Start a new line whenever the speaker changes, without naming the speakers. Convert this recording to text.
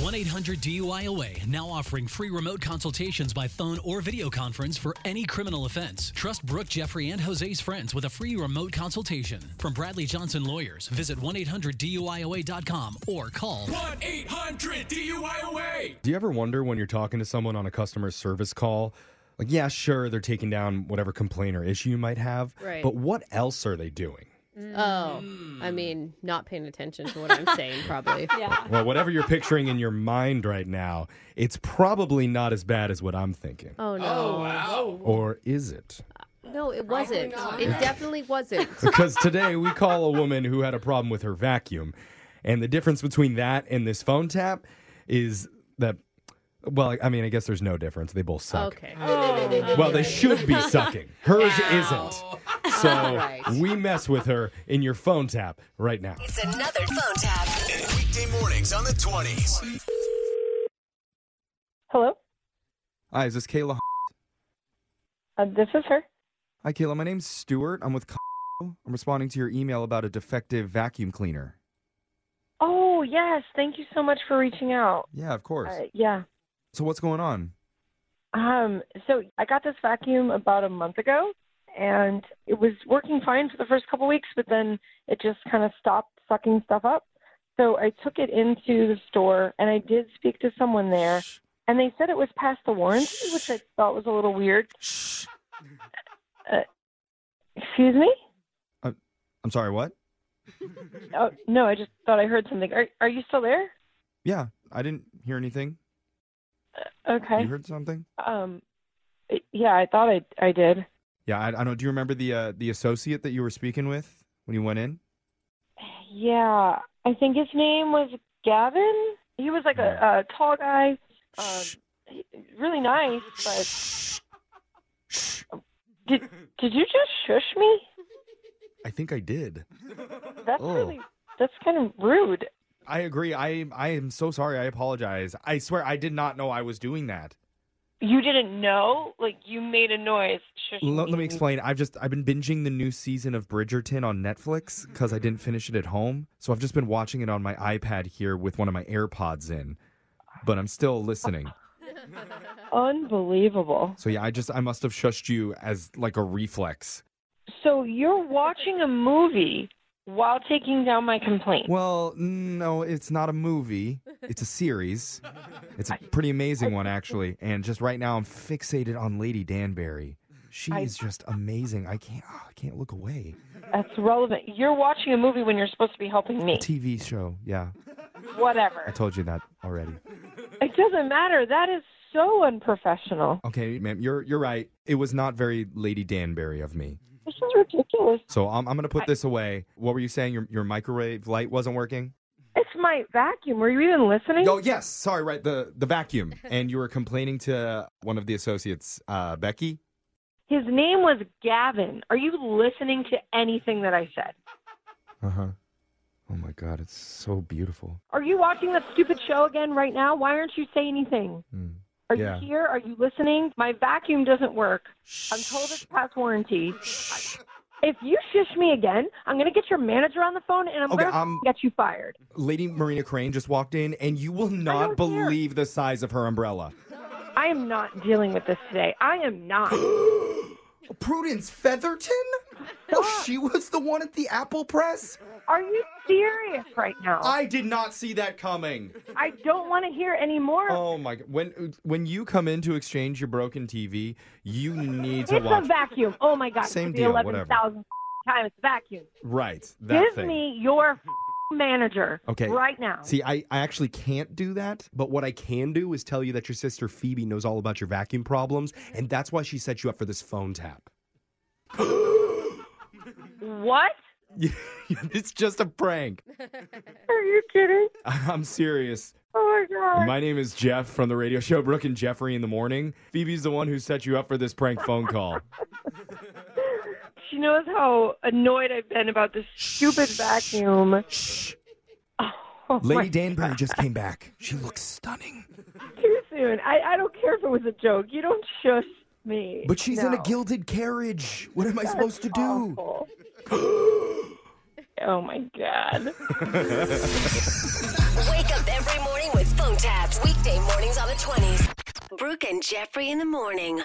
1 800 DUIOA now offering free remote consultations by phone or video conference for any criminal offense. Trust Brooke, Jeffrey, and Jose's friends with a free remote consultation. From Bradley Johnson Lawyers, visit 1 800 DUIOA.com or call
1 800 DUIOA.
Do you ever wonder when you're talking to someone on a customer service call? Like, yeah, sure, they're taking down whatever complaint or issue you might have,
Right.
but what else are they doing?
Oh, I mean, not paying attention to what I'm saying, probably. yeah.
Well, whatever you're picturing in your mind right now, it's probably not as bad as what I'm thinking.
Oh no,
Or is it?
no, it wasn't. It definitely wasn't.
Because today we call a woman who had a problem with her vacuum. And the difference between that and this phone tap is that, well, I mean, I guess there's no difference. They both suck.
Okay.
Well, they should be sucking. Hers isn't. So
Alright.
we mess with her in your phone tap right now.
It's another phone tap.
Weekday mornings on the 20s.
Hello,
Hi, is this Kayla?
uh, this is her.
Hi, Kayla. My name's Stuart. I'm with. I'm responding to your email about a defective vacuum cleaner.
Oh yes, thank you so much for reaching out.
Yeah, of course.
Uh, yeah.
So what's going on?
Um. So I got this vacuum about a month ago, and it was working fine for the first couple weeks, but then it just kind of stopped sucking stuff up. So I took it into the store, and I did speak to someone there, and they said it was past the warranty, which I thought was a little weird. Uh, excuse me?
Uh, I'm sorry. What?
Oh no, I just thought I heard something. Are Are you still there?
Yeah, I didn't hear anything.
Uh, Okay.
You heard something?
Um, y- yeah, I thought I I did.
Yeah, I, I don't. Do you remember the uh, the associate that you were speaking with when you went in?
Yeah, I think his name was Gavin. He was like a, a tall guy, um, he- really nice. But did did you just shush me?
I think I did.
That's
Oh.
really that's kind of rude.
I agree. I I am so sorry. I apologize. I swear I did not know I was doing that.
You didn't know, like you made a noise. Shush
L- let me explain. I've just I've been binging the new season of Bridgerton on Netflix because I didn't finish it at home, so I've just been watching it on my iPad here with one of my AirPods in, but I'm still listening.
Unbelievable.
So yeah, I just I must have shushed you as like a reflex.
So you're watching a movie while taking down my complaint.
Well, no, it's not a movie. It's a series. It's a pretty amazing one actually, and just right now I'm fixated on Lady Danbury. She
I-
is just amazing. I can't oh, I can't look away.
That's relevant. You're watching a movie when you're supposed to be helping me.
TV show. Yeah. I
Whatever.
told you that already.
It doesn't matter. That is so unprofessional.
Okay, ma'am, you're you're right. It was not very Lady Danbury of me.
This is ridiculous.
So I'm I'm gonna put this away. What were you saying? Your your microwave light wasn't working?
It's my vacuum. Were you even listening?
Oh yes, sorry, right the the vacuum. And you were complaining to one of the associates, uh, Becky.
His name was Gavin. Are you listening to anything that I said?
Uh huh. Oh my God, it's so beautiful.
Are you watching that stupid show again right now? Why aren't you saying anything?
Mm.
Are
Yeah.
you here? Are you listening? My vacuum doesn't work. I'm told it's past warranty. If you shush me again, I'm going to get your manager on the phone and I'm
Okay,
going to
um,
get you fired.
Lady Marina Crane just walked in, and you will not
don't care.
believe the size of her umbrella.
I am not dealing with this today. I am not.
Prudence Featherton? Oh, she was the one at the Apple Press.
Are you serious right now? I,
I did not see that coming.
don't want to hear any more.
Oh my! g- When when you come in to exchange your broken TV, you need to
it's
watch.
a vacuum. Oh my god.
Same
the
deal, whatever.
11,000 times vacuum.
right, that
Give
thing.
me your manager
Okay.
right now.
See, I, I actually can't do that, but what I can do is tell you that your sister Phoebe knows all about your vacuum problems, and that's why she set you up for this phone tap.
What?
it's just a prank.
Are you kidding?
I'm serious.
Oh my god.
My name is Jeff from the radio show Brooke and Jeffrey in the Morning. Phoebe's the one who set you up for this prank phone call.
Oh She knows how annoyed I've been about this stupid vacuum. Oh, my-
Lady Danbury just came back. She looks stunning,
too soon. I, I don't care if it was a joke. You don't shush me.
but she's in a
No.
gilded carriage. What am I supposed to do?
Awful. oh my god.
Wake up every morning with phone taps. the 20s. Brooke and Jeffrey in the morning.